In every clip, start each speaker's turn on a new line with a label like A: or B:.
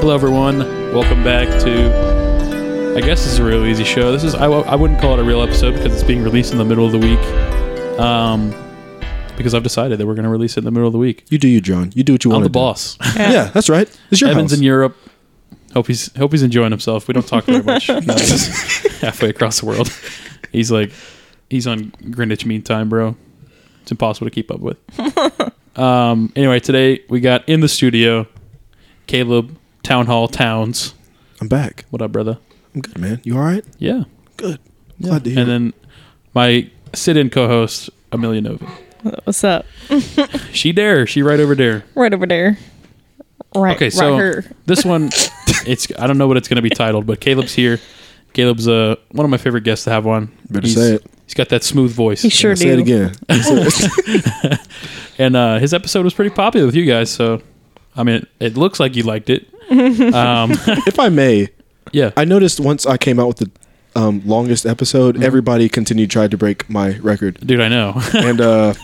A: Hello, everyone. Welcome back to. I guess this is a real easy show. This is I, w- I wouldn't call it a real episode because it's being released in the middle of the week. Um, because I've decided that we're going to release it in the middle of the week.
B: You do you, John. You do what you
A: I'm
B: want.
A: the boss.
B: Yeah, that's right. It's your
A: Evan's
B: house.
A: in Europe. Hope he's hope he's enjoying himself. We don't talk very much. now that he's halfway across the world, he's like he's on Greenwich Mean Time, bro. It's impossible to keep up with. Um. Anyway, today we got in the studio, Caleb Town Hall Towns.
B: I'm back.
A: What up, brother?
B: I'm good, man. You all right?
A: Yeah.
B: Good. Glad to hear.
A: And then my sit-in co-host Amelia Novi.
C: What's up?
A: She there. She right over there.
C: Right over there. Right.
A: Okay,
C: right
A: so
C: here.
A: this one, it's I don't know what it's going to be titled, but Caleb's here. Caleb's uh, one of my favorite guests to have on.
B: Better
A: he's,
B: say it.
A: He's got that smooth voice.
C: He sure
B: I say
C: do.
B: it again.
A: And uh, his episode was pretty popular with you guys, so I mean, it looks like you liked it. Um,
B: if I may,
A: yeah.
B: I noticed once I came out with the um, longest episode,
A: Mm-hmm.
B: everybody continued tried to break my record,
A: Dude, I know.
B: and uh,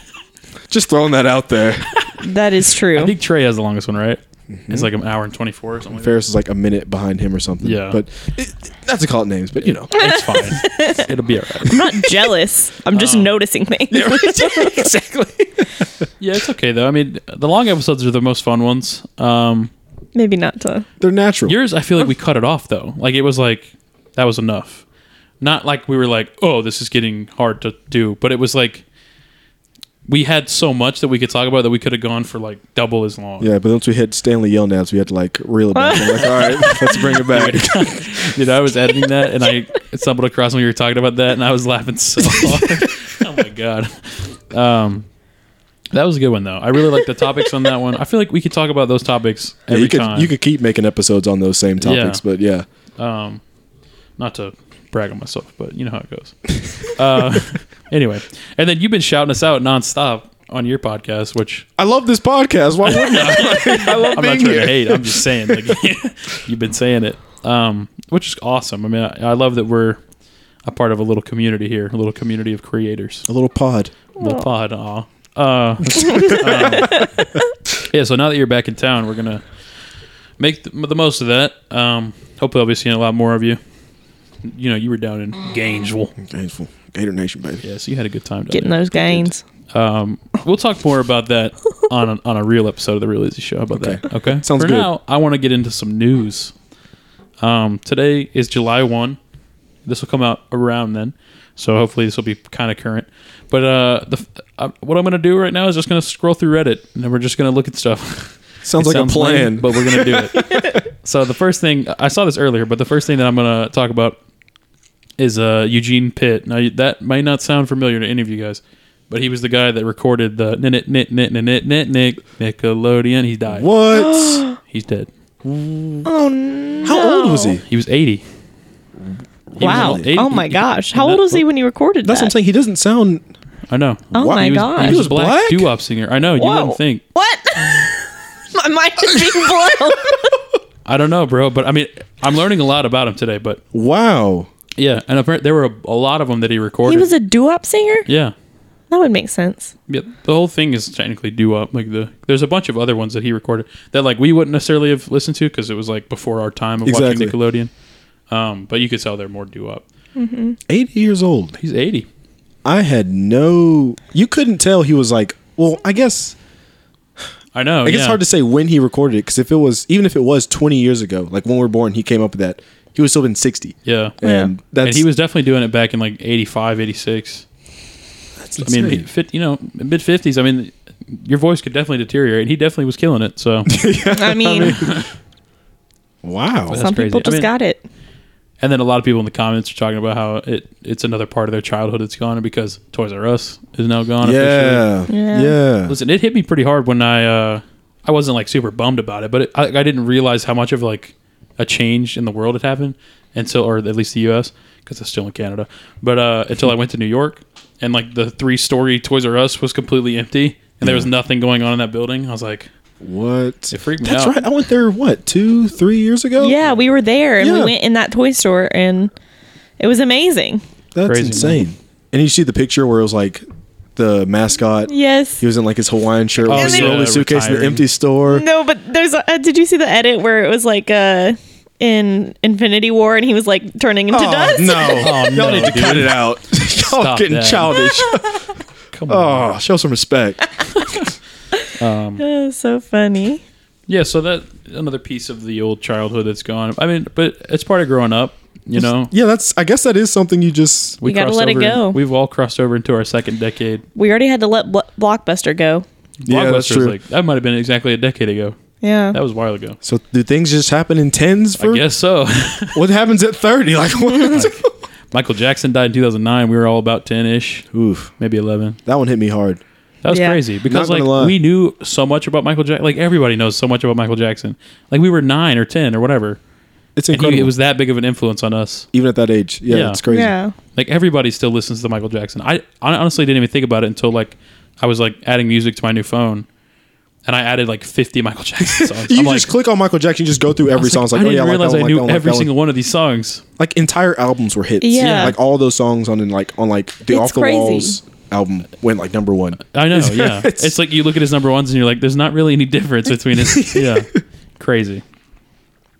B: just throwing that out there.
C: That is true.
A: I think Trey has the longest one, right?
B: Mm-hmm.
A: It's like an hour and 24 or something. like that.
B: Ferris is like a minute behind him or something.
A: Yeah.
B: but it, not to call it names, but you know.
A: It's fine. It'll be all right.
C: I'm not jealous. I'm
A: Oh.
C: just noticing things.
B: exactly.
A: Yeah, it's okay, though. I mean, the long episodes are the most fun ones. Um,
C: Maybe not to.
B: They're natural.
A: Yours, I feel like we cut it off though. Like it was like that was enough. Not like we were like, oh, this is getting hard to do, but it was like we had so much that we could talk about that we could have gone for like double as long.
B: yeah, but once we hit Stanley Yell nabs, we had to like reel it back. I'm like, all right, let's bring it back.
A: Dude, I was editing that and I stumbled across when you were talking about that and I was laughing so hard. oh my god. Um that was a good one though. I really like the topics on that one. I feel like we could talk about those topics
B: Yeah,
A: every
B: you could
A: time.
B: you could keep making episodes on those same topics,
A: Yeah.
B: but yeah,
A: um, not to brag on myself, but you know how it goes. uh, anyway, and then you've been shouting us out nonstop on your podcast, which
B: I love this podcast. Why wouldn't I? I love
A: I'm not
B: being
A: trying
B: here.
A: to hate. I'm just saying, like, you've been saying it, um, which is awesome. I mean, I, I love that we're a part of a little community here, a little community of creators,
B: A little pod.
A: a little pod. Aw. Uh, um, yeah. So now that you're back in town, we're gonna make the, the most of that. Um, hopefully, I'll be seeing a lot more of you. You know, you were down in Gainesville.
B: Gainesville. Gator Nation, baby.
A: Yeah, so you had a good time down
C: Getting
A: there.
C: those gains.
A: Um, we'll talk more about that on a, on a real episode of the Real Easy Show. How about that?
B: Okay.
A: Okay,
B: Sounds
A: For
B: good.
A: now, I want to get into some news. Um, today is July one. This will come out around then, so hopefully this will be kind of current. But uh, the f- uh, what I'm gonna do right now is just gonna scroll through Reddit, and then we're just gonna look at stuff.
B: Sounds
A: It
B: like a plan.
A: lame, but we're gonna do it. so the first thing I saw this earlier, but the first thing that I'm gonna talk about is uh, Eugene Pitt. Now you- that might not sound familiar to any of you guys, but he was the guy that recorded the nit nit nit nit nit nit nit Nickelodeon. He died.
B: what?
A: He's dead.
C: Oh no!
B: How old was he?
A: He was 80.
C: Wow!
A: He was
C: oh my
A: he-
C: gosh!
A: he-
C: How old
A: that-
C: was he when you recorded
B: That's what I'm
C: that?
B: saying. He doesn't sound.
A: I know.
C: Oh
B: Wow,
C: my
B: he was-
C: gosh!
A: He was a black,
B: black?
A: doo-wop singer. I know. You
C: Whoa.
A: wouldn't think.
C: What? my mind is being blown.
A: I don't know, bro. But I mean, I'm learning a lot about him today. But
B: Wow.
A: yeah, and apparently there were a, a lot of them that he recorded.
C: he was a doo-wop singer.
A: yeah.
C: That would make sense.
A: Yeah, the whole thing is technically doo up. Like the there's a bunch of other ones that he recorded that like we wouldn't necessarily have listened to because it was like before our time of
B: Exactly.
A: watching Nickelodeon. Um, but you could tell they're more doo up.
B: 80 years old.
A: He's 80.
B: I had no. You couldn't tell he was like. Well, I guess.
A: I know.
B: I guess
A: yeah.
B: it's hard to say when he recorded it because if it was, even if it was 20 years ago, like when we were born, he came up with that. He was still been 60.
A: Yeah.
B: And that's.
A: and he was definitely doing it back in like 85, 86.
B: That's
A: I mean,
B: insane.
A: mid- fit, you know, mid 50s. I mean, your voice could definitely deteriorate. and He definitely was killing it. So,
C: I mean,
B: wow.
A: That's
C: some
A: crazy.
C: people
A: I
C: just
A: mean-
C: got it.
A: and then a lot of people in the comments are talking about how it it's another part of their childhood that's gone because Toys R Us is now gone. officially.
B: Yeah.
C: Yeah.
B: Yeah.
A: Listen, it hit me pretty hard when I uh, I wasn't like super bummed about it, but it, I, I didn't realize how much of like a change in the world had happened, and so or at least the U.S. because it's still in Canada. But uh, until I went to New York and like the three story Toys R Us was completely empty and there was nothing going on in that building, I was like,
B: What?
A: it freaked me
B: That's
A: out.
B: right. I went there, what, two, three years
A: oh.
B: ago?
C: Yeah, we were there and
B: Yeah.
C: we went in that toy store and it was amazing.
B: That's
A: Crazy, man.
B: insane. And you see the picture where it was like the mascot.
C: Yes.
B: He was in like his Hawaiian shirt
A: Oh,
B: with his
C: yeah,
B: only suitcase in the
A: retiring.
B: empty store.
C: No, but there's. A, uh, did you see the edit where it was like uh, in Infinity War and he was like turning into dust?
A: Oh, no,
B: Y'all need to
A: dude.
B: cut it out. Y'all
A: Stop
B: getting
A: that.
B: childish.
A: Come on.
B: Oh, show some respect.
A: Um,
C: That was so funny.
A: yeah, so that another piece of the old childhood that's gone. I mean, but it's part of growing up, you know.
B: Yeah, that's. I guess that is something you just.
A: We
C: You gotta
A: crossed
C: let it
A: over,
C: go.
A: We've all crossed over into our second decade.
C: We already had to let Blo- Blockbuster go.
B: Yeah, that's
A: Blockbuster is
B: true.
A: Like, that might have been exactly a decade ago.
C: Yeah.
A: That was a while ago.
B: so do things just happen in tens? For
A: I guess so.
B: what happens at thirty? Like what?
A: Michael Jackson died in 2009. We were all about 10 ish,
B: Oof,
A: maybe 11.
B: that one hit me hard.
A: That was
C: Yeah.
A: crazy because
B: Not
A: like
B: gonna lie.
A: we knew so much about Michael Jackson. Like everybody knows so much about Michael Jackson. Like we were nine or 10 or whatever,
B: It's
A: and he-
B: incredible.
A: it was that big of an influence on us.
B: even at that age. Yeah,
A: Yeah.
B: it's crazy.
C: Yeah.
A: Like everybody still listens to Michael Jackson. I, I honestly didn't even think about it until like I was like adding music to my new phone, and I added like 50 Michael Jackson songs.
B: You
A: I'm like,
B: just click on Michael Jackson, you just go through every song. It's like,
A: I
B: oh
A: didn't
B: yeah, I like that
A: realize
B: one,
A: I
B: like
A: knew
B: that one, like
A: every
B: that one.
A: single one of these songs.
B: like entire albums were hits.
C: Yeah.
B: like all those songs on in like on like the
C: It's
B: Off the
C: crazy.
B: Walls album went like number one.
A: I know, yeah.
B: It's-
A: It's, like you look at his number ones and you're like, there's not really any difference between his. yeah, crazy.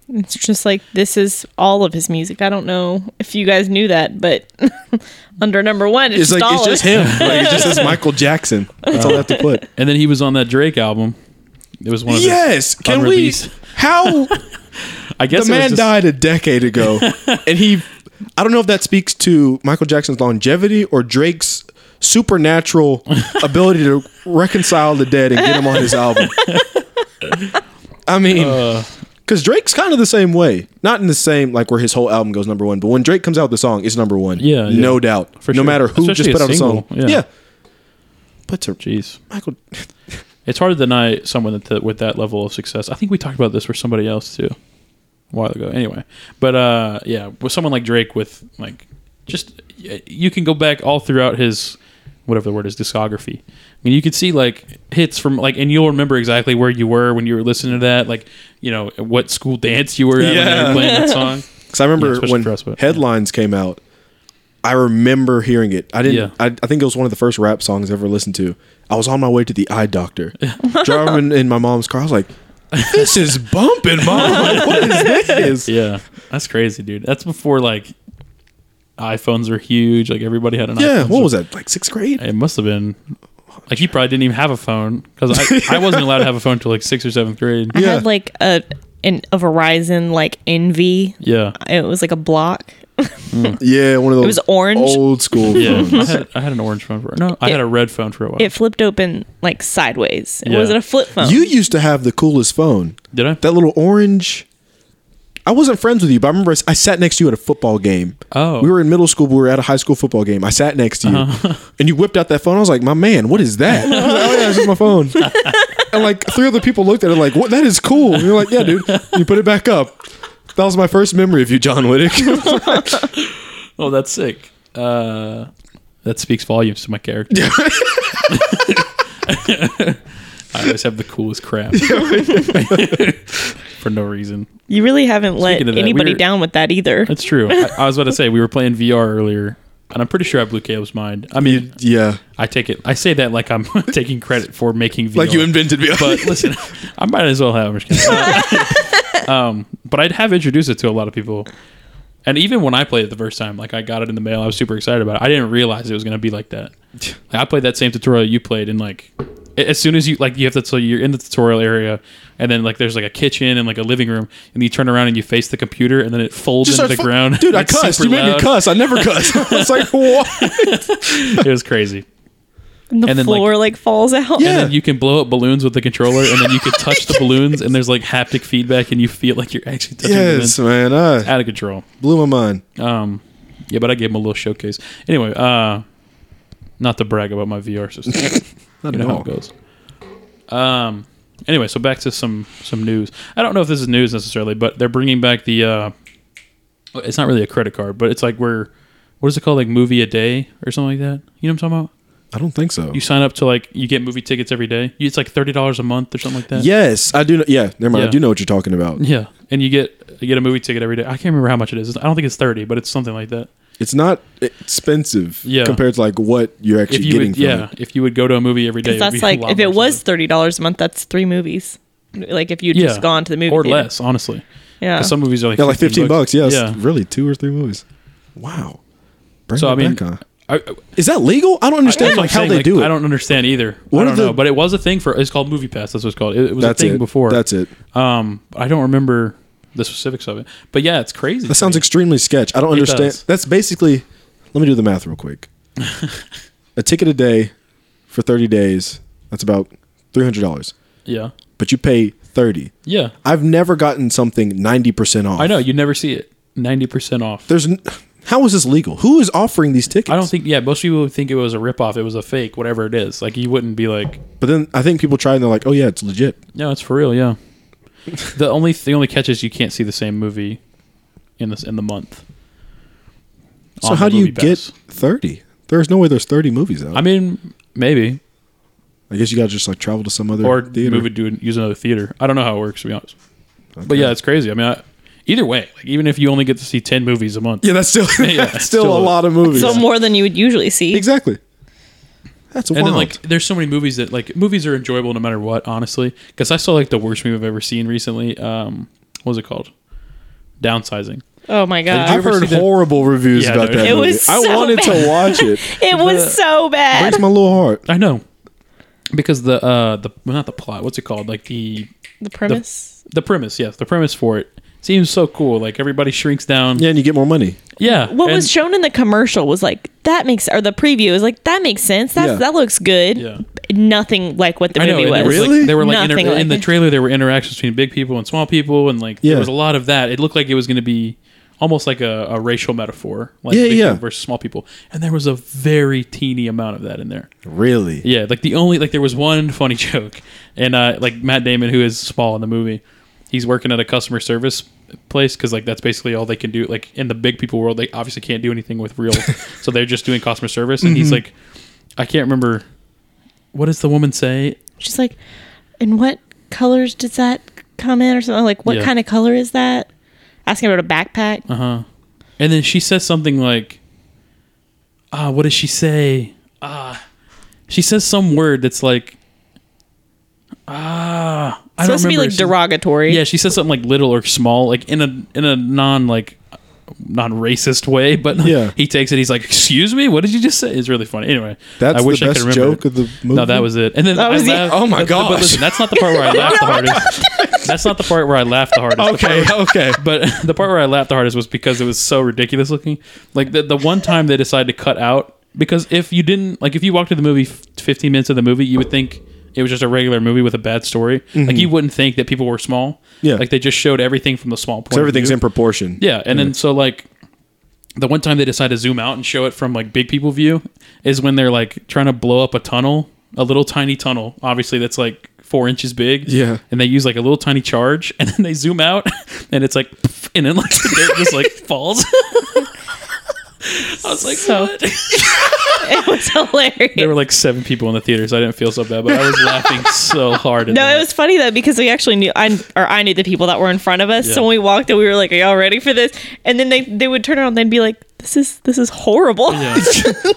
C: It's just like this is all of his music. I don't know if you guys knew that, but under number one, it's,
B: It's
C: just
B: like
C: all
B: it's
C: of
B: just
C: it.
B: him. Like it just says Michael Jackson. That's all I have to put.
A: And then he was on that Drake album. It was one of His
B: Yes. Can we?
A: unreleased-
B: How
A: I guess
B: the man
A: just,
B: died a decade ago, and he. I don't know if that speaks to Michael Jackson's longevity or Drake's supernatural ability to reconcile the dead and get him on his album. I mean,
A: Uh,
B: because Drake's kind of the same way. Not in the same like where his whole album goes number one, but when Drake comes out with the song, it's number one.
A: Yeah, yeah.
B: no doubt.
A: For
B: no
A: sure.
B: matter who
A: Especially
B: just put
A: a
B: out
A: single,
B: a song.
A: yeah.
B: yeah. But to
A: jeez,
B: Michael,
A: it's hard to deny someone that with that level of success. I think we talked about this with somebody else too, a while ago. Anyway, but uh, yeah, with someone like Drake, with like, just y- you can go back all throughout his whatever the word is discography. I mean, you could see like hits from like, and you'll remember exactly where you were when you were listening to that. Like, you know, what school dance you were at when they
B: Yeah.
A: were playing that song.
B: Because I
A: Yeah,
B: remember
A: especially
B: when
A: for us, but-
B: headlines came out, I remember hearing it. I didn't.
A: Yeah.
B: I, I think it was one of the first rap songs I ever listened to. I was on my way to the eye doctor, driving in my mom's car. I was like, "This is bumping, mom. Like, what is this?"
A: Yeah, that's crazy, dude. That's before like iPhones were huge. Like everybody had an
B: Yeah.
A: iPhone.
B: What was that? Like sixth grade?
A: It must have been like he probably didn't even have a phone because I, I wasn't allowed to have a phone till like sixth or seventh grade.
C: I
B: Yeah.
C: had like a an a Verizon like Envy.
A: Yeah,
C: It was like a block.
B: Yeah, one of those.
C: was orange.
B: Old school.
A: yeah.
B: phones.
A: I had, I had an orange phone for no, I had a red phone for a while.
C: It flipped open like sideways. It
A: Yeah.
C: wasn't a flip phone.
B: You used to have the coolest phone.
A: Did I?
B: That little orange. I wasn't friends with you, but I remember I s- I sat next to you at a football game.
A: Oh. Uh-huh.
B: We were in middle school, but we were at a high school football game. I sat next to you, and you whipped out that phone. I was like, "My man, what is that?" I was like, oh yeah, it's just my phone. and like three other people looked at it like, "What? That is cool." And you're like, "Yeah, dude." You put it back up. That was my first memory of you, John Whittick.
A: oh, that's sick. Uh, that speaks volumes to my character. I always have the coolest crap for no reason.
C: You really haven't let
A: Speaking of that,
C: anybody
A: we're-
C: down with that either.
A: That's true. I, I was about to say we were playing VR earlier, and I'm pretty sure I blew Caleb's mind. I mean,
B: yeah,
A: I take it. I say that like I'm taking credit for making VR.
B: like you invented me.
A: but listen, I might as well have. I'm just kidding. um, but I'd have introduced it to a lot of people, and even when I played it the first time, like I got it in the mail, I was super excited about it. I didn't realize it was gonna be like that. Like, I played that same tutorial you played, and like a- as soon as you like you have to so you're in the tutorial area, and then like there's like a kitchen and like a living room, and you turn around and you face the computer, and then it folds
B: Just
A: into the
B: started fu-
A: ground.
B: dude. I
A: It's
B: cussed.
A: super
B: You made me
A: loud.
B: cuss. I never cuss. I was like, "What?"
A: It was crazy.
C: And the
A: and then, like-
C: floor like, falls out.
B: Yeah.
A: And you can blow up balloons with the controller, and then you can touch the balloons, and there's like haptic feedback, and you feel like you're actually touching
B: Yes,
A: them.
B: man. I
A: Out of control.
B: blew my mind.
A: Um, yeah, but I gave him a little showcase. Anyway, uh, not to brag about my VR system.
B: Not
A: you know
B: at
A: how
B: all.
A: it goes. Um, anyway, so back to some some news. I don't know if this is news necessarily, but they're bringing back the. Uh, it's not really a credit card, but it's like we're what is it called? Like movie a day or something like that. You know what I'm talking about?
B: I don't think so.
A: You sign up to like you get movie tickets every day. You- It's like thirty dollars a month or something like that.
B: Yes, I do. Know, yeah, never mind.
A: Yeah.
B: I do know what you're talking about.
A: Yeah, and you get you get a movie ticket every day. I can't remember how much it is. It's- I don't think it's thirty, but it's something like that.
B: It's not expensive
A: Yeah.
B: compared to like what you're
A: If
B: actually
A: you
B: getting
A: would,
B: from
A: yeah,
B: it.
A: if you would go to a movie every day,
C: Because
A: it'd be
C: that's
A: a
C: like
A: lot
C: if
A: more
C: it was
A: expensive.
C: thirty dollars a month, that's three movies. Like if you'd just gone to the movie
A: or
C: theater.
A: less, honestly. 'Cause
C: Yeah.
A: some movies are like
B: Yeah, like 15 bucks. Yeah, it's
A: yeah.
B: really two or three movies. Wow. Bring
A: So,
B: it
A: I mean,
B: back, huh?
A: I, I-
B: is that legal? I don't understand
A: that's what I'm
B: like how
A: saying,
B: they
A: like,
B: do it.
A: I don't understand either.
B: What
A: I
B: are
A: don't
B: the-
A: know, but it was a thing for. It's called Movie Pass. That's what it's called. It, it was
B: That's
A: a thing
B: it.
A: before.
B: That's it.
A: Um, I don't remember the specifics of it, but yeah, it's crazy.
B: That sounds extremely sketch. I don't
A: It
B: understand.
A: does.
B: That's basically. Let me do the math real quick. a ticket a day for thirty days. That's about three hundred dollars.
A: yeah,
B: But you pay thirty.
A: yeah.
B: I've never gotten something ninety percent off.
A: I know you never see it. Ninety percent off.
B: There's. n- How is this legal? Who is offering these tickets?
A: I don't think. Yeah, most people would think it was a rip off. It was a fake, whatever it is. Like you wouldn't be like,
B: But then I think people try and they're like, "Oh yeah, it's legit."
A: no, it's for real. Yeah. the only the only catch is you can't see the same movie in this in the month.
B: So
A: On
B: how
A: the
B: do you
A: Movie
B: get
A: Pass.
B: thirty? There's no way there's thirty movies out.
A: I mean, maybe
B: I guess you gotta just like travel to some other
A: or
B: theater.
A: move it to an- use another theater. I don't know how it works to be honest. But
B: Okay.
A: yeah, it's crazy. I mean, I, either way, like even if you only get to see ten movies a month,
B: yeah, that's still
A: Yeah,
B: that's still,
A: still
B: a
A: a-
B: lot of movies.
C: so more than you would usually see.
B: exactly. That's
A: and
B: wild.
A: then like there's so many movies that like movies are enjoyable no matter what honestly because i saw like the worst movie i've ever seen recently um what was it called downsizing
C: Oh my
A: Did you
C: god.
B: I've
A: ever
B: heard
A: see the-
B: horrible reviews
A: Yeah,
B: about
A: no,
B: that.
A: it
B: movie.
C: was
B: I
C: so
B: wanted to
C: bad.
B: watch it.
C: It was so bad.
B: Breaks my little heart.
A: i know because the uh the well, not the plot what's it called like the
C: The premise.
A: the premise yes the premise for it seems so cool like everybody shrinks down yeah,
B: Yeah, and you get more money.
C: what
A: and-
C: was shown in the commercial was like that makes or the preview was like that makes sense. That's
B: Yeah.
C: that looks good.
A: Yeah.
C: Nothing like what the
A: I know.
C: movie
A: and
C: was.
A: there was
B: Really?
A: Like, there were like, inter-
C: Nothing like
A: in the
C: it.
A: trailer there were interactions between big people and small people, and like
B: Yeah.
A: there was a lot of that. It looked like it was going to be almost like a, a racial metaphor, like
B: Yeah,
A: big
B: yeah.
A: people versus small people. And there was a very teeny amount of that in there.
B: Really?
A: Yeah, like the only like there was one funny joke, and uh, like Matt Damon, who is small in the movie, he's working at a customer service place because like that's basically all they can do. Like in the big people world, they obviously can't do anything with real, so they're just doing customer service. And
C: Mm-hmm.
A: he's like, I can't remember. What does the woman say?
C: She's like, and what colors does that come in or something? Like, what
A: Yeah.
C: kind of color is that? Asking about a backpack.
A: Uh huh. And then she says something like, "Ah, what does she say? Ah, she says some word that's like, ah, I
C: It's supposed
A: don't
C: to be
A: remember.
C: like
A: She-
C: derogatory.
A: Yeah, she says something like little or small, like in a in a non like non racist way. But
B: Yeah.
A: he takes it. He's like, "Excuse me, what did you just say?" It's really funny. Anyway,
B: That's
A: I wish
B: the
A: I
B: best
A: could remember.
B: joke of the
A: No,
B: movie?
A: that was it. And then
C: That
A: I
C: was the-
A: laughed,
B: Oh my
A: but- But,
B: gosh.
A: listen, that's not the part where I laughed the hardest. That's not the part where I laughed the hardest.
B: Okay, okay.
A: But the part where I laughed the hardest was because it was so ridiculous looking. Like the the one time they decided to cut out because if you didn't like if you walked to the movie f- 15 minutes of the movie, you would think it was just a regular movie with a bad story. Like you wouldn't think that people were small.
B: Mm-hmm. Yeah.
A: Like they just showed everything from the small point.
B: So
A: of
B: everything's
A: view.
B: in proportion.
A: Yeah, and then so like the one time they decide to zoom out and show it from like big people view is when they're like trying to blow up a tunnel, a little tiny tunnel, obviously that's like four inches big.
B: Yeah.
A: and they use like a little tiny charge, and then they zoom out, and it's like, pff, and then like the dirt just like falls. I was like,
C: So-
A: what?
C: it was hilarious.
A: There were like seven people in the theater, so I didn't feel so bad, but I was laughing so hard. At
C: no,
A: that.
C: it was funny though because we actually knew I or I knew the people that were in front of us.
A: Yeah.
C: So when we walked in, we were like, "Are y'all ready for this?" And then they they would turn around and they'd be like, "This is this is horrible."
A: Yeah.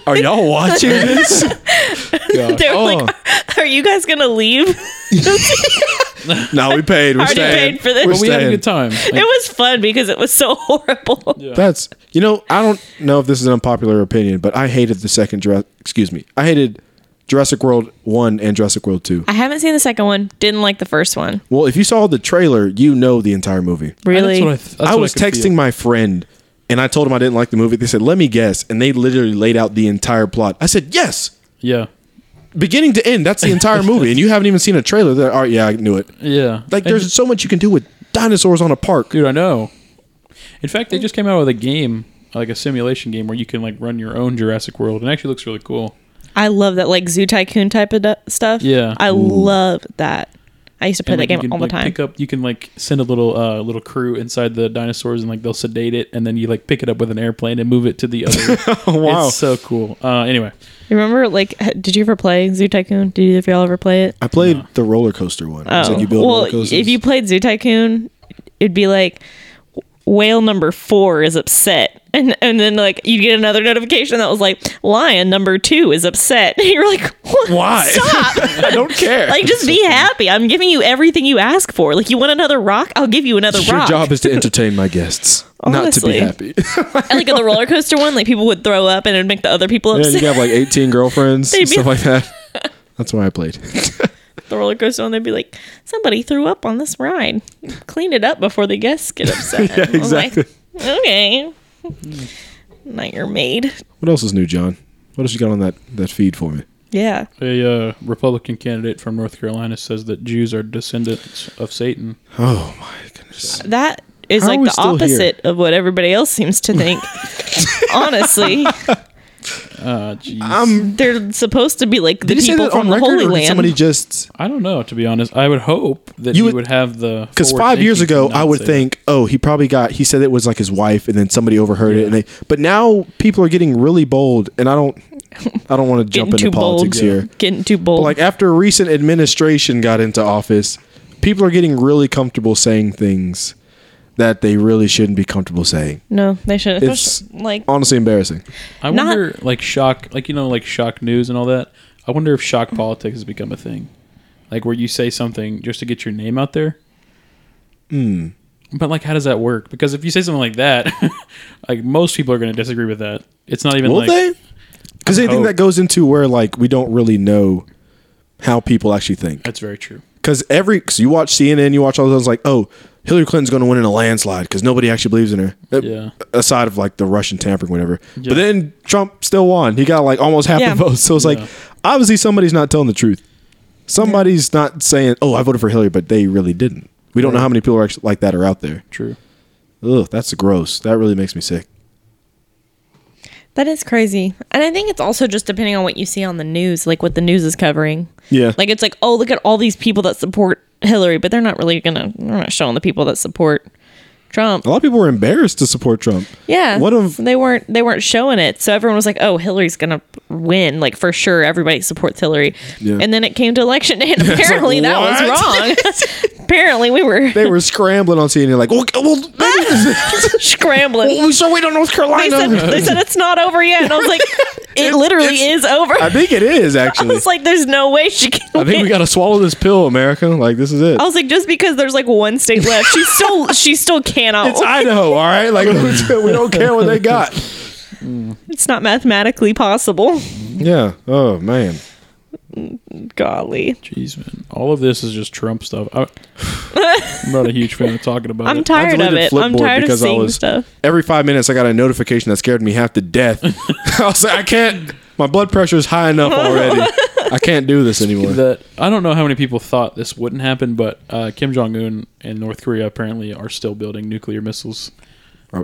B: Are y'all watching this? Gosh.
C: They were
B: Oh,
C: like, "Are you guys gonna leave?"
B: no, we paid. We're
C: already
B: staying.
C: paid for this.
B: We're
A: But we had a
B: staying.
A: good time. Like,
C: It was fun because it was so horrible.
B: That's you know I don't know if this is an unpopular opinion, but I hated the second dress. Excuse me, I hated Jurassic World one and Jurassic World two.
C: I haven't seen the second one. Didn't like the first one.
B: Well, if you saw the trailer, you know the entire movie.
A: That's
C: Really,
A: what I, th- that's
B: I
A: what
B: was
A: could feel.
B: texting my friend and I told him I didn't like the movie. They said, "Let me guess," and they literally laid out the entire plot. I said, "Yes."
A: Yeah.
B: Beginning to end, that's the entire movie, and you haven't even seen a trailer. That, all right, yeah, I knew it.
A: Yeah.
B: Like,
A: And-
B: there's so much you can do with dinosaurs on a park.
A: Dude, I know. In fact,
C: Hmm.
A: they just came out with a game, like a simulation game, where you can like run your own Jurassic World, and it actually looks really cool.
C: I love that like zoo tycoon type of du- stuff.
A: Yeah.
C: I love that. I used to play
A: And,
C: that
A: like, you
C: game
A: can,
C: all the
A: like,
C: time.
A: Pick up, you can like send a little uh, little crew inside the dinosaurs, and like they'll sedate it, and then you like pick it up with an airplane and move it to the other.
B: Wow.
A: it's so cool. Uh, anyway,
C: You remember like h- did you ever play Zoo Tycoon? Did either of y'all ever play it?
B: I played the roller coaster one. It was like you build
C: Oh. well,
B: roller coasters.
C: if you played Zoo Tycoon, it'd be like w- whale number four is upset. And, and then like you get another notification that was like lion number two is upset. And you're like, what?
A: Why?
C: Stop!
B: I don't care.
C: like just be happy. I'm giving you everything you ask for. Like you want another rock? I'll give you another
B: your
C: rock.
B: job is to entertain my guests, not to be happy.
C: Honestly. And, like in the roller coaster one, like people would throw up and it would make the other people
B: yeah,
C: upset.
B: you can have like 18 girlfriends and
C: They'd be-
B: stuff like that. That's why I played.
C: the roller coaster and they'd be like, somebody threw up on this ride. Clean it up before the guests get upset.
B: Yeah,
C: I was like,
B: exactly.
C: okay. Not your maid.
B: What else is new, John? What else you got on that, that feed for me?
C: Yeah.
A: A uh, Republican candidate from North Carolina says that Jews are descendants of Satan.
B: Oh my goodness.
C: That is
B: How are
C: like
B: we
C: the
B: still here?
C: opposite of what everybody else seems to think. Honestly,
A: Uh, jeez.
C: they're supposed to be like the
B: Did he say
C: people
B: that on
C: from the
B: record
C: Holy
B: or did
C: Land.
B: somebody just
A: I don't know, to be honest. I would hope that
B: You
A: you,
B: would-
A: would have the
B: because
A: forward
B: five years
A: thinking
B: ago
A: to not
B: I would
A: say
B: think, oh, he probably got he said it was like his wife and then somebody overheard it and they but now people are getting really bold and I don't I don't want to jump
C: getting
B: into
C: too bold.
B: politics here.
C: Getting too bold.
B: But like after a recent administration got into office, people are getting really comfortable saying things that they really shouldn't be comfortable saying.
C: no, they shouldn't.
B: It's
C: Like,
B: honestly embarrassing.
A: I
C: Not-
A: wonder, like shock, like you know, like shock news and all that. I wonder if shock politics has become a thing, like where you say something just to get your name out there. Hmm. But like, how does that work? Because if you say something like that, like most people are going to disagree with that. It's not even
B: Will
A: like
B: they? Because they think
A: hope.
B: that goes into where like we don't really know how people actually think.
A: that's very true.
B: Because every cause you watch CNN, you watch all those like, oh, Hillary Clinton's going to win in a landslide because nobody actually believes in her. Uh,
A: Yeah.
B: Aside of like the Russian tampering, whatever.
A: Yeah.
B: But then Trump still won. He got like almost half
C: Yeah.
B: the votes. So it's
A: Yeah.
B: like obviously somebody's not telling the truth. Somebody's not saying, oh, I voted for Hillary, but they really didn't. We don't know how many people are actually like that are out there.
A: True.
B: Ugh, that's gross. That really makes me sick.
C: That is crazy. And I think it's also just depending on what you see on the news, like what the news is covering.
B: Yeah.
C: Like it's like, oh, look at all these people that support Hillary, but they're not really gonna they're not showing the people that support Trump.
B: a lot of people were embarrassed to support Trump.
C: Yeah.
B: What if-
C: they weren't they weren't showing it. So everyone was like, Oh, Hillary's gonna win, like for sure everybody supports Hillary.
B: Yeah.
C: And then it came to election day and apparently that was wrong. apparently we were
B: They were scrambling on CNN like, well, well, maybe-
C: scrambling.
B: well, we should wait on North
C: They said,
B: Carolina.
C: they said it's not over yet. And I was like, it literally
B: it's-
C: is over.
B: I think it is
C: I
B: actually.
C: was like, there's no way she can
B: I think
C: win.
B: we gotta swallow this pill, America. Like this is it.
C: I was like, just because there's like one state left, she still she still
B: It's
C: cannot. It's,
B: Idaho, all right. Like we don't care what they got.
C: not mathematically possible.
B: Yeah. Oh man.
C: Golly,
A: Jeez, man, all of this is just Trump stuff. I, I'm not a huge fan of talking about
C: I'm
A: it.
B: I
C: tired of
B: deleted
C: it.
B: Flipboard
C: I'm tired of
B: because I
C: seeing
B: was-
C: stuff.
B: Every five minutes, I got a notification that scared me half to death. I was like, I can't. My blood pressure is high enough already. I can't do this anymore.
A: that I don't know how many people thought this wouldn't happen, but uh, Kim Jong Un and North Korea apparently are still building nuclear missiles.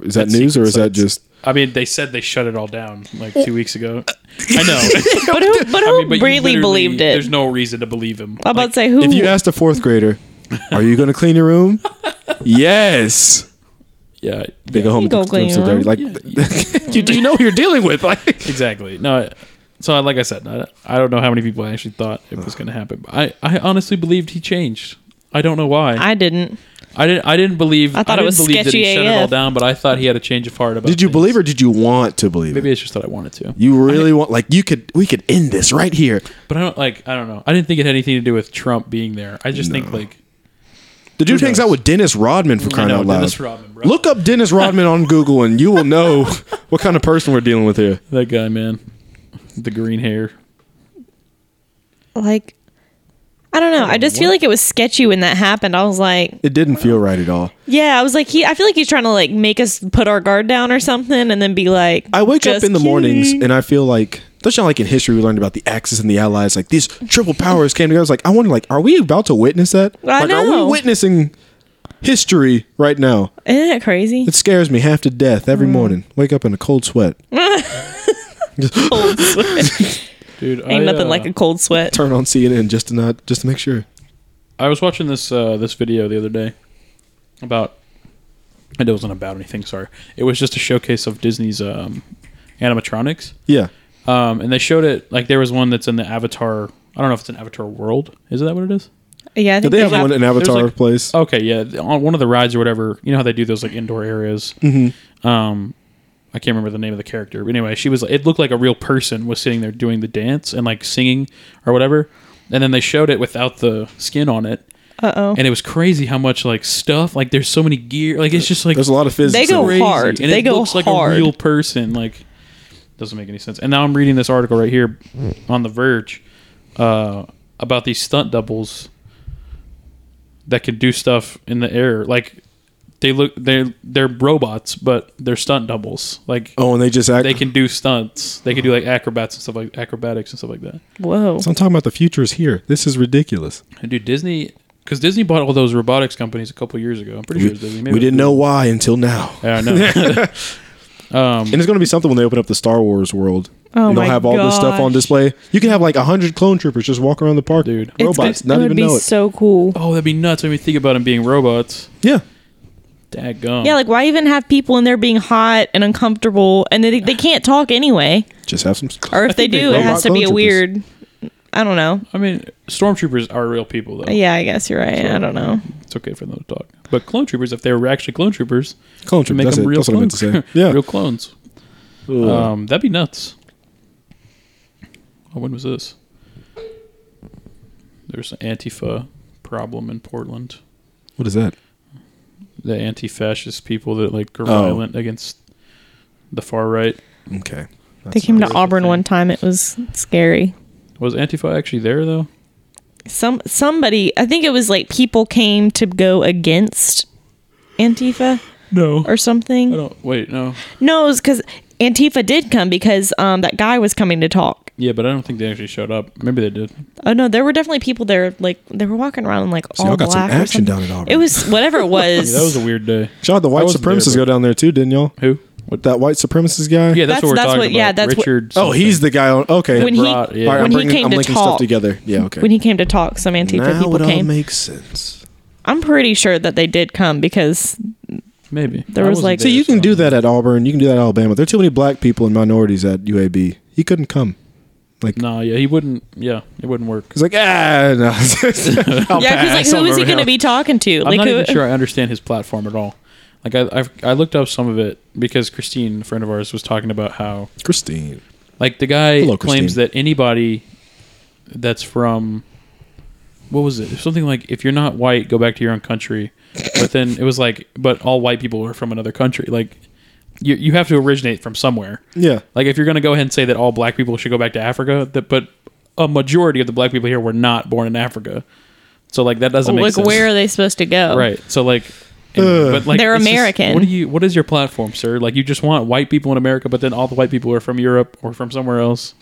B: Is that news or is that just?
A: I mean, they said they shut it all down like two weeks ago.
B: Uh,
A: I know,
C: But who, but
A: I
C: who
A: mean, but you
C: really
A: literally-
C: believed it?
A: There's no reason to believe him.
C: I'm about to say who.
B: If you asked a fourth grader, "Are you going to clean your room?" yes.
A: yeah,
B: They go home.
C: You
B: and
C: go
B: the room's
C: clean
B: so dirty.
C: your
B: Like you, you know who you're dealing with. Like
A: exactly. No, so like I said, I, I don't know how many people actually thought it was going to happen. But I, I honestly believed he changed. I don't know why. I,
C: I didn't.
A: didn't. I didn't believe.
C: I thought it
A: didn't
C: was
A: believe that he
C: sketchy
A: shut it all
C: AF.
A: down, but I thought he had a change of heart about.
B: Did you
A: things.
B: believe or did you want to believe?
A: Maybe
B: it?
A: it's just that I wanted to.
B: You really want like you could we could end this right here.
A: But I don't like. I don't know. I didn't think it had anything to do with Trump being there. I just think like
B: The dude hangs out with Dennis Rodman for crying
A: know,
B: out loud.
A: Dennis Rodman, bro.
B: Look up Dennis Rodman on Google and you will know what kind of person we're dealing with here.
A: that guy, man, the green hair.
C: Like, I don't know.
B: Oh,
C: I just feel like it was sketchy when that happened. I was like,
B: It didn't feel right at all.
C: yeah. I was like, he. I feel like he's trying to like make us put our guard down or something, and then be like,
B: I wake up
C: "Just
B: in the mornings
C: kidding."
B: and I feel like that's not like in history we learned about the Axis and the Allies. Like these triple powers came together. It's like I wonder, like, are we about to witness that?
C: I
B: like, are
C: know.
B: we witnessing history right now?
C: Isn't that crazy?
B: It scares me half to death
C: Mm.
B: every morning. Wake up in a cold sweat.
C: cold sweat.
A: Dude, I,
C: Ain't nothing
A: uh,
C: like a cold sweat.
B: Turn on CNN just to not just to make sure.
A: I was watching this uh, this video the other day about it wasn't about anything. Sorry, it was just a showcase of Disney's um, animatronics,
B: Yeah.
A: um, and they showed it like there was one that's in the Avatar. I don't know if it's an Avatar world. Is that what it is?
C: Yeah, I
B: Did
C: think
B: they
C: they
B: have
C: got-
B: one in
A: there's,
B: Avatar
A: like-
B: place?
A: Okay, yeah, th- on one of the rides or whatever. You know how they do those like indoor areas. Um, I can't remember the name of the character, but anyway, she was. like It looked like a real person was sitting there doing the dance and like singing or whatever. And then they showed it without the skin on it,
C: Uh oh.
A: and it was crazy how much like stuff. Like there's so many gear. Like it's just like
B: There's a lot of physics.
C: They go
B: in it.
A: crazy.
C: hard.
A: And
C: They
A: it
C: go
A: looks like
C: hard.
A: a real person. Like doesn't make any sense. And now I'm reading this article right here on The Verge uh, about these stunt doubles that can do stuff in the air. Like they look they they're robots, but they're stunt doubles. Like
B: Oh, and they just act.
A: they can do stunts. They can do like acrobats and stuff like acrobatics and stuff like that.
C: Whoa.
B: So I'm talking about the future is here. This is ridiculous.
A: And do Disney because Disney bought all those robotics companies a couple years ago. I'm pretty sure it was Disney.
B: we didn't know why until now.
A: Yeah, I know. um,
B: And it's going to be something when they open up the Star Wars world.
C: Oh
B: and they'll
C: my
B: have all this stuff on
C: gosh.
B: display. You can have like hundred clone troopers just walk around the park,
A: Dude. It's
B: Robots,
C: It's, it
B: not
C: would
B: even
C: be
B: know it.
C: so cool.
A: Oh, that'd be nuts. When we think about them being robots,
B: yeah,
A: daggum.
B: Oh.
C: Yeah, like why even have people in there being hot and uncomfortable, and they they can't talk anyway.
B: just have some.
C: Or if they do,
B: they
C: it has
B: robot
C: to be a
B: stormtroopers.
C: weird. I don't know.
A: I mean, stormtroopers are real people, though.
C: Yeah, I guess you're right. I don't know.
A: It's okay for them to talk. But clone troopers, if they were actually clone troopers,
B: Clone
A: to
B: troopers.
A: make
B: That's,
A: them
B: it.
A: real
B: that's what I meant to
A: clones,
B: say. Yeah.
A: real clones.
B: Ugh.
A: Um, that'd be nuts. Oh, when was this? There's an Antifa problem in Portland.
B: what is that?
A: The anti-fascist people that like are
B: Oh.
A: violent against the far right.
B: Okay.
C: They came to
A: that's the
C: Auburn
A: thing.
C: one time. It was scary.
A: Was Antifa actually there though?
C: Some somebody, I think it was like people came to go against Antifa
A: No.
C: or something.
A: I don't. Wait, no.
C: No, it was because Antifa did come because um, that guy was coming to talk.
A: Yeah, but I don't think they actually showed up. Maybe they did.
C: Oh no, there were definitely people there. Like they were walking around in like
B: So
C: all
B: y'all got some
C: black. or
B: action
C: something.
B: down at Auburn.
C: It was whatever it was.
A: Yeah, that was a weird day.
B: Shout out the
A: I
B: white
A: wasn't there,
B: supremacists
A: but-
B: go down there too, didn't y'all?
A: Who? What?
B: That white supremacist guy.
A: Yeah, that's,
C: That's-
A: what we're
C: that's
A: talking
C: what-
A: about.
C: yeah, that's what-
A: Richard.
B: Oh, he's the guy on. Okay.
C: when he
A: Right, yeah.
B: All right,
A: When
B: I'm
C: when he
B: bringing,
C: came
B: I'm
C: to
B: linking
C: talk.
B: stuff together. Yeah. Okay.
C: When he came to talk, some Antifa
B: now
C: people
B: it all
C: came.
B: makes sense.
C: I'm pretty sure that they did come because
A: Maybe
C: There
A: I
C: was,
A: wasn't
C: like-
B: So
C: See,
B: you
A: so-
B: can do that at Auburn. You can do that at Alabama. There are too many black people and minorities at UAB. He couldn't come. Like
A: No, yeah, he wouldn't. Yeah, it wouldn't work.
B: he's like ah no. I'll
C: yeah, because
B: pass.
C: like who is he
B: I'm
C: going to
B: over
C: be talking to?
A: I'm
C: Like uh,
A: not
C: who?
A: even sure I understand his platform at all. Like I, I've, I looked up some of it because Christine, a friend of ours, was talking about how
B: here. Christine.
A: like the guy
B: Hello,
A: claims
B: Christine.
A: that anybody that's from what was it? Something like if you're not white, go back to your own country. But then it was like, but all white people are from another country. Like you, you have to originate from somewhere.
B: Yeah.
A: Like if you're going to go ahead and say that all black people should go back to Africa, that but a majority of the black people here were not born in Africa. So like that doesn't make
C: Like
A: sense.
C: where are they supposed to go?
A: Right. So like anyway,
B: Ugh.
A: but like
C: They're
A: it's just-
C: American.
A: what do you what is your platform, sir? Like you just want white people in America, but then all the white people are from Europe or from somewhere else.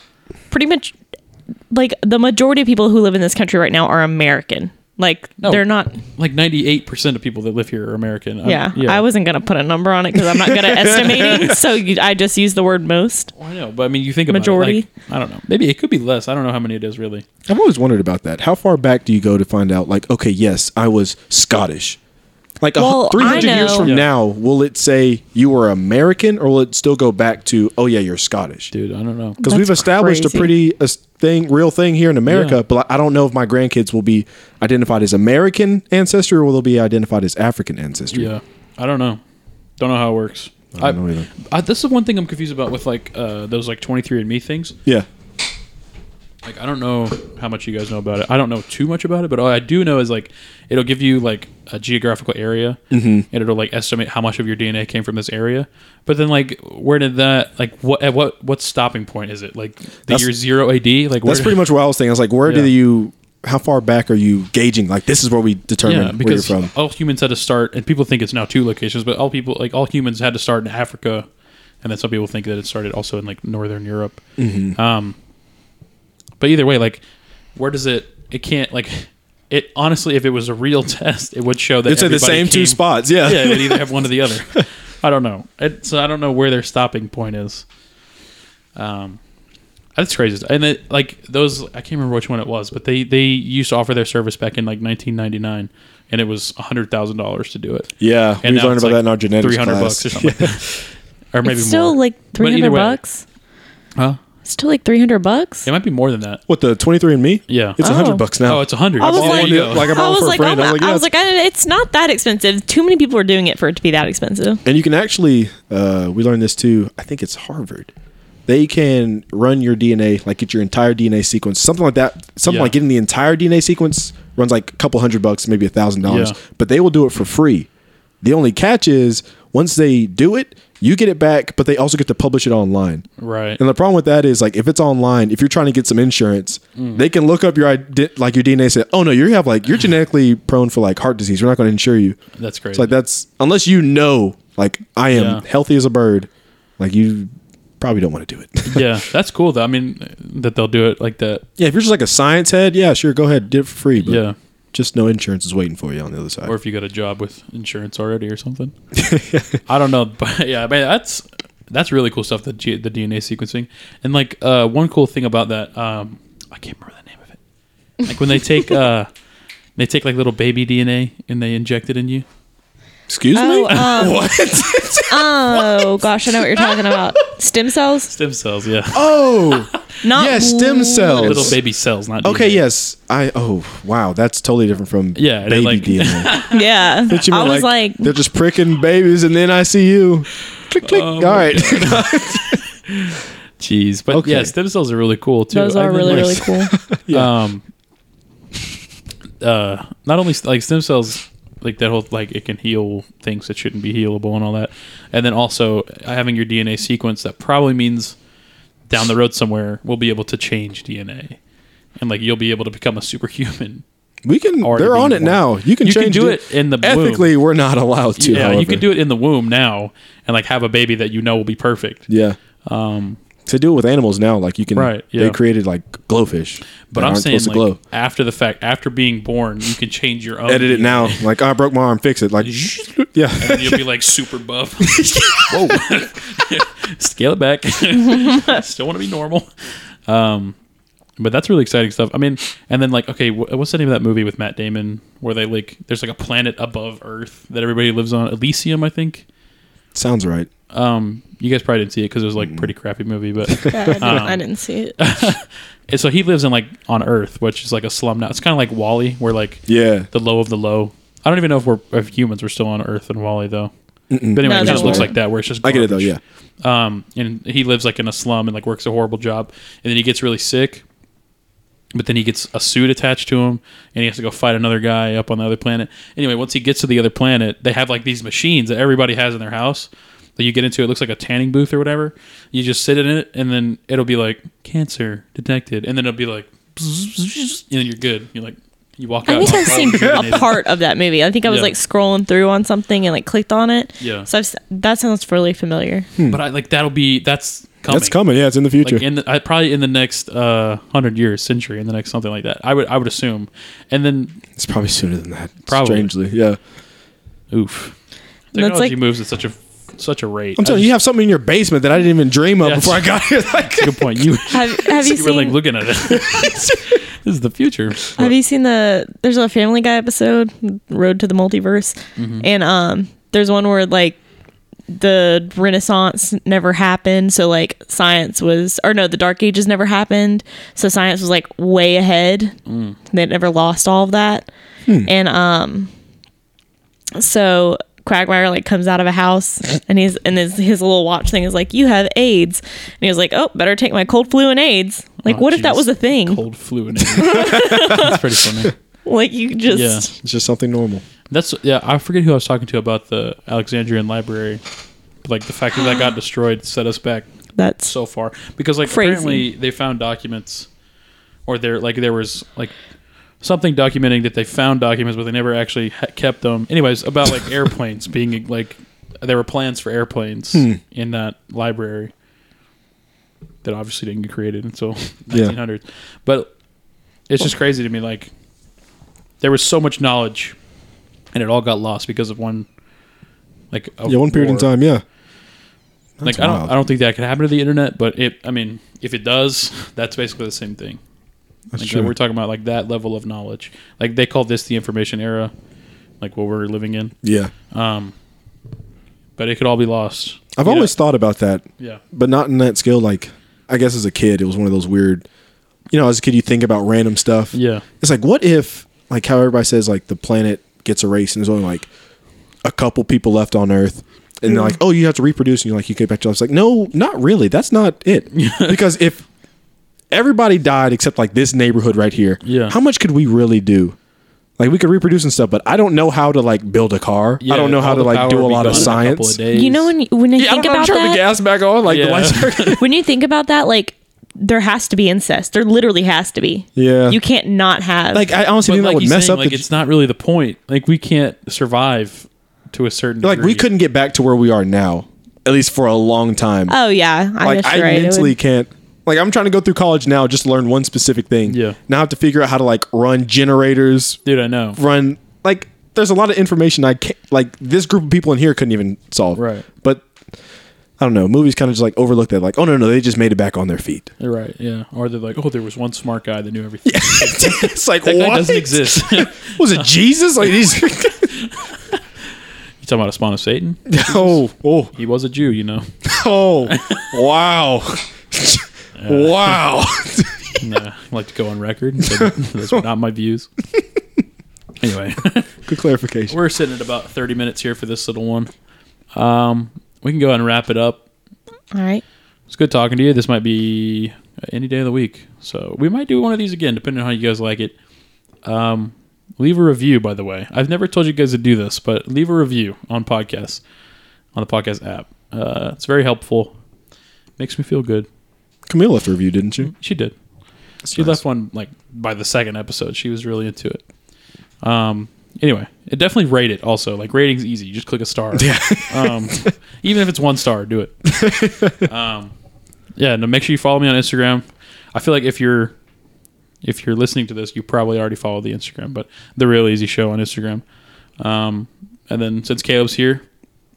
C: Pretty much, like the majority of people who live in this country right now are American. Like
A: No. Um,
C: they're not.
A: Like ninety eight percent of people that live here are American. I'm-
C: Yeah, I wasn't going to put a number on it because I'm not good at estimating. So you, I just use the word most.
A: Well, I know, but I mean, you think about
C: Majority.
A: It, like, I don't know. Maybe it could be less. I don't know how many it is really.
B: I've always wondered about that. How far back do you go to find out, like, okay, yes, I was Scottish? Like, a hu-
C: Well, I
B: 300 years
C: know-
B: from
A: Yeah.
B: now, will it say you were American or will it still go back to, oh, yeah, you're Scottish?
A: Dude, I don't know.
B: Because we've
C: That's
B: established
C: crazy.
B: a pretty a thing, real thing here in America,
A: Yeah.
B: but I don't know if my grandkids will be identified as American ancestry or will they be identified as African ancestry.
A: Yeah, I don't know. Don't know how it works.
B: I don't know either.
A: I, this is one thing I'm confused about with like uh, those like 23andMe things.
B: Yeah.
A: Like I don't know how much you guys know about it. I don't know too much about it, but all I do know is like it'll give you like a geographical area,
B: Mm-hmm.
A: and it'll like estimate how much of your DNA came from this area. But then like where did that like what at what what stopping point is it like the
B: That's-
A: year zero AD? Like where
B: That's pretty much what I was thinking. I was like, where
A: Yeah.
B: do you, how far back are you gauging? Like, this is where we determine
A: yeah
B: where you're
A: because
B: from.
A: all humans had to start, and people think it's now two locations, but all people like all humans had to start in Africa, and then some people think that it started also in like northern Europe.
B: Mm-hmm.
A: Um, but either way, like where does it? It can't like it. Honestly, if it was a real test, it would show that
B: It's in the
A: everybody
B: same two
A: came-
B: spots.
A: Yeah, they'd either have one or the other. I don't know. It, so I don't know where their stopping point is. Um, that's crazy. And it, like those, I can't remember which one it was, but they they used to offer their service back in like 1999, and it was hundred thousand dollars to do it.
B: Yeah,
A: And
B: we
A: now
B: learned
A: it's
B: about
A: like
B: that in our genetics
A: 300
B: class.
A: bucks or something, like that. or maybe
C: it's still
A: more.
C: like
A: But either
C: 300
A: way-
C: bucks.
A: Huh?
C: Still like 300 bucks?
A: It might be more than that.
B: What the twenty three and me?
A: Yeah.
B: It's a
C: Oh.
B: hundred bucks now.
A: oh, it's a hundred.
C: I was
B: bought
C: like-
B: one the- like I bought one
C: I was
B: for
C: like,
B: a friend.
C: oh
B: I was
C: my,
B: like,
C: I
B: yeah,
C: was like, I, it's not that expensive. Too many people are doing it for it to be that expensive.
B: And you can actually, uh, we learned this too. I think it's Harvard. They can run your DNA, like get your entire DNA sequence, something like that. Something
A: Yeah.
B: like getting the entire DNA sequence runs like a couple hundred bucks, maybe a thousand dollars.
A: Yeah.
B: But they will do it for free. The only catch is once they do it, you get it back, but they also get to publish it online.
A: right.
B: And the problem with that is like if it's online, if you're trying to get some insurance,
A: Mm.
B: they can look up your ident- like your DNA say, "Oh no, you have like you're genetically prone for like heart disease. We're not going to insure you."
A: That's
B: It's
A: crazy.
B: like that's unless you know like I am
A: Yeah.
B: healthy as a bird, like you probably don't want to do it.
A: yeah, that's cool though. I mean, that they'll do it like that.
B: yeah, if you're just like a science head, yeah, sure, go ahead, do it for free. But
A: Yeah.
B: Just no insurance is waiting for you on the other side.
A: Or if you got a job with insurance already or something. I don't know, but yeah, man, that's that's really cool stuff. The G, the DNA sequencing and like uh, one cool thing about that, um, I can't remember the name of it. Like when they take uh, they take like little baby DNA and they inject it in you.
B: Excuse me?
C: Oh, um,
B: what?
C: Oh, gosh, I know what you're talking about. Stem cells?
A: Stem cells, yeah.
B: oh.
C: Not
B: Yes, stem cells.
A: little baby cells, not
B: Okay,
A: DNA.
B: yes. I oh, wow, that's totally different from
A: Yeah, they're
B: baby
A: like-
B: DNA.
C: Yeah.
B: But you
C: I
B: meant,
C: was like,
B: they're just pricking babies in the NICU. Click, click.
A: Oh,
B: All right.
A: Jeez, but
B: Okay.
A: yeah, stem cells are really cool too.
C: those
A: I
C: are
A: think,
C: really,
A: like,
C: really cool.
A: um uh not only like stem cells like that whole like it can heal things that shouldn't be healable and all that and then also having your dna sequence that probably means down the road somewhere we'll be able to change dna and like you'll be able to become a superhuman
B: We can.
A: Already
B: They're
A: being
B: on it
A: born.
B: now. You can.
A: You can
B: change
A: do it in the
B: Ethically, we're not allowed to.
A: yeah you
B: however.
A: can do it in the womb now and like have a baby that you know will be perfect
B: Yeah.
A: um
B: They do it with animals now. Like you can.
A: Right, yeah.
B: They created like glowfish.
A: but
B: that
A: i'm
B: aren't
A: saying
B: supposed
A: like
B: to glow.
A: after the fact after being born you can change your own
B: Edit it now. Like oh, I broke my arm. Fix it. Like yeah.
A: and you'll be like super buff. Whoa, scale it back. Still want to be normal. Um, but that's really exciting stuff. I mean, and then like, okay, wh- what's the name of that movie with Matt Damon where they like, there's like a planet above Earth that everybody lives on, Elysium, I think.
B: Sounds right.
A: Um, you guys probably didn't see it because it was
B: Mm-hmm.
A: like pretty crappy movie, but
C: Yeah, I, didn't, Um, I didn't see it.
A: and so he lives in like on Earth, which is like a slum now. It's kind of like Wally, where like
B: Yeah.
A: the low of the low. I don't even know if we're if humans were still on Earth and Wally though. But anyway,
C: No,
A: it just
C: they
A: looks
C: weren't.
A: like that where it's just
B: I get it though.
A: garbage.
B: Yeah.
A: um, and he lives like in a slum and like works a horrible job, and then he gets really sick. But then he gets a suit attached to him, and he has to go fight another guy up on the other planet. Anyway, once he gets to the other planet, they have like these machines that everybody has in their house that you get into. It looks like a tanning booth or whatever. You just sit in it, and then it'll be like cancer detected, and then it'll be like, and then you're good. You're like, you walk out.
C: I
A: and
C: think I've
A: you're
C: seen
A: vaccinated.
C: a part of that movie. I think I was
A: Yeah.
C: like scrolling through on something and like clicked on it.
A: Yeah.
C: So I've, s- that sounds really familiar.
A: but I like that'll be that's coming.
B: That's coming. Yeah, it's in the future.
A: like in the, I, probably in the next uh, hundred years, century, in the next something like that. I would I would assume, and then
B: it's probably sooner than that.
A: Probably.
B: Strangely. Yeah.
A: oof,
C: That's
A: technology
C: like-
A: moves at such a such a rate.
B: I'm telling you, you have something in your basement that I didn't even dream of
A: Yeah.
B: before I got here. Like,
A: good point. You
C: Have, have you
A: you were
C: seen?
A: like looking at it. this is the future.
C: have you seen the? There's a Family Guy episode, Road to the Multiverse,
A: Mm-hmm.
C: and um, there's one where like the Renaissance never happened, so like science was, or no, the Dark Ages never happened, so science was like way ahead.
A: Mm.
C: They never lost all of that, and um, so Quagmire like comes out of a house and he's and his his little watch thing is like, you have AIDS, and he was like, oh, better take my cold flu and AIDS. Like,
A: Oh,
C: what if that
A: jeez.
C: was a thing?
A: Cold flu and everything. that's pretty funny.
C: Like you
A: Yeah,
C: just
B: it's just something normal.
A: that's yeah. I forget who I was talking to about the Alexandrian library. But, Like the fact that that got destroyed set us back
C: that's
A: so far because like
C: Crazy.
A: apparently they found documents or there like there was like something documenting that they found documents but they never actually ha- kept them anyways about like airplanes being like there were plans for airplanes
B: Hmm.
A: in that library that obviously didn't get created until
B: Yeah.
A: 1900s but it's just crazy to me like there was so much knowledge and it all got lost because of one like a
B: Yeah, one period in
A: war.
B: time. Yeah.
A: Like
B: That's
A: I don't,
B: wild.
A: I don't think that could happen to the internet, but it. I mean, if it does, that's basically the same thing.
B: That's
A: like
B: true.
A: We're talking about like that level of knowledge. Like they call this the information era, like what we're living in.
B: yeah.
A: Um, but it could all be lost.
B: I've
A: You know?
B: always thought about that,
A: yeah.
B: but not in that scale. Like, I guess as a kid, it was one of those weird. You know, as a kid, you think about random stuff.
A: Yeah.
B: It's like, what if, like, how everybody says, like, the planet gets erased and there's only like a couple people left on Earth, and they're like, oh, you have to reproduce, and you're like, you get back to life. It's like, no, not really. That's not it. because if everybody died except like this neighborhood right here,
A: Yeah.
B: how much could we really do? Like, we could reproduce and stuff, but I don't know how to like build a car. I don't know how to like do a lot of science.
C: You know when you- when I
B: Yeah, I
C: think
B: don't know how
C: about
B: to turn the
C: that,
B: gas back on. Like
A: Yeah.
B: the lights are.
C: when you think about that, like there has to be incest. There literally has to be.
B: Yeah.
C: you can't not have.
B: like I honestly
A: but
B: think
A: like
B: that would
A: he's
B: mess
A: saying,
B: up.
A: like
B: the,
A: it's not really the point. Like we can't survive to a certain.
B: like we
A: degree.
B: couldn't get back to where we are now, at least for a long time.
C: oh yeah, I
B: like
C: guess
B: I
C: you're right. It
B: mentally
C: would-
B: can't. Like I'm trying to go through college now, just to learn one specific thing.
A: Yeah.
B: Now I have to figure out how to like run generators,
A: dude. I know.
B: run like there's a lot of information I can't like this group of people in here couldn't even solve.
A: Right.
B: But I don't know. Movies kind of just like overlook that. Like oh no no they just made it back on their feet.
A: You're right. Yeah. Or they're like, oh, there was one smart guy that knew everything.
B: it's like
A: That
B: what
A: guy doesn't exist. you
B: Was it Jesus? Like these.
A: talking about a spawn of Satan?
B: oh oh.
A: He was a Jew, you know.
B: Oh, wow. wow.
A: Nah, I like to go on record. and say that Those are not my views. Anyway,
B: Good clarification.
A: we're sitting at about 30 minutes here for this little one. Um, we can go ahead and wrap it up.
C: All right.
A: It's good talking to you. This might be any day of the week. So we might do one of these again, depending on how you guys like it. Um, leave a review, by the way. I've never told you guys to do this, but leave a review on podcasts, on the podcast app. Uh, it's very helpful. Makes me feel good.
B: Camille left a review, didn't you?
A: She did. She
B: nice.
A: left one like by the second episode. She was really into it. Um. Anyway, it definitely rate it. Also, like ratings easy. You just click a star. Yeah. um. Even if it's one star, do it. Um. Yeah. No. Make sure you follow me on Instagram. I feel like if you're if you're listening to this, you probably already follow the Instagram, but the Real Easy Show on Instagram. Um. And then since Caleb's here,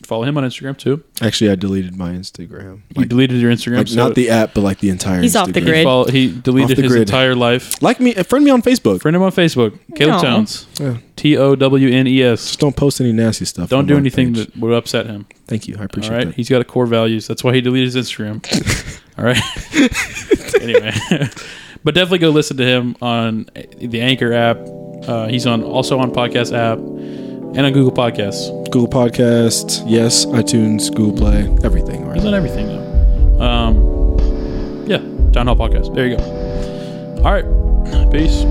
A: follow him on Instagram too.
B: Actually, I deleted my Instagram.
A: You
B: Like,
A: deleted your Instagram.
B: like,
A: so
B: not the app, but like the entire
C: He's off the
B: Instagram.
A: he,
C: grid.
A: follow- he deleted
B: the
A: his
B: grid.
A: entire life.
B: Like me, friend me on Facebook.
A: Friend him on Facebook, Caleb
C: No.
A: Towns.
B: Yeah.
A: T O W N E S.
B: Just don't post any nasty stuff.
A: Don't
B: on
A: do
B: my
A: anything
B: page.
A: that would upset him.
B: Thank you. I
A: All
B: appreciate
A: right.
B: that.
A: He's got a core values. That's why he deleted his Instagram. all right. anyway, but definitely go listen to him on the Anchor app. Uh, he's on also on podcast app and on Google Podcasts.
B: Google Podcasts, yes, iTunes, Google Play, everything.
A: He's on
B: Right?
A: everything though. Um, yeah, John Hall Podcast. There you go. All right. Peace.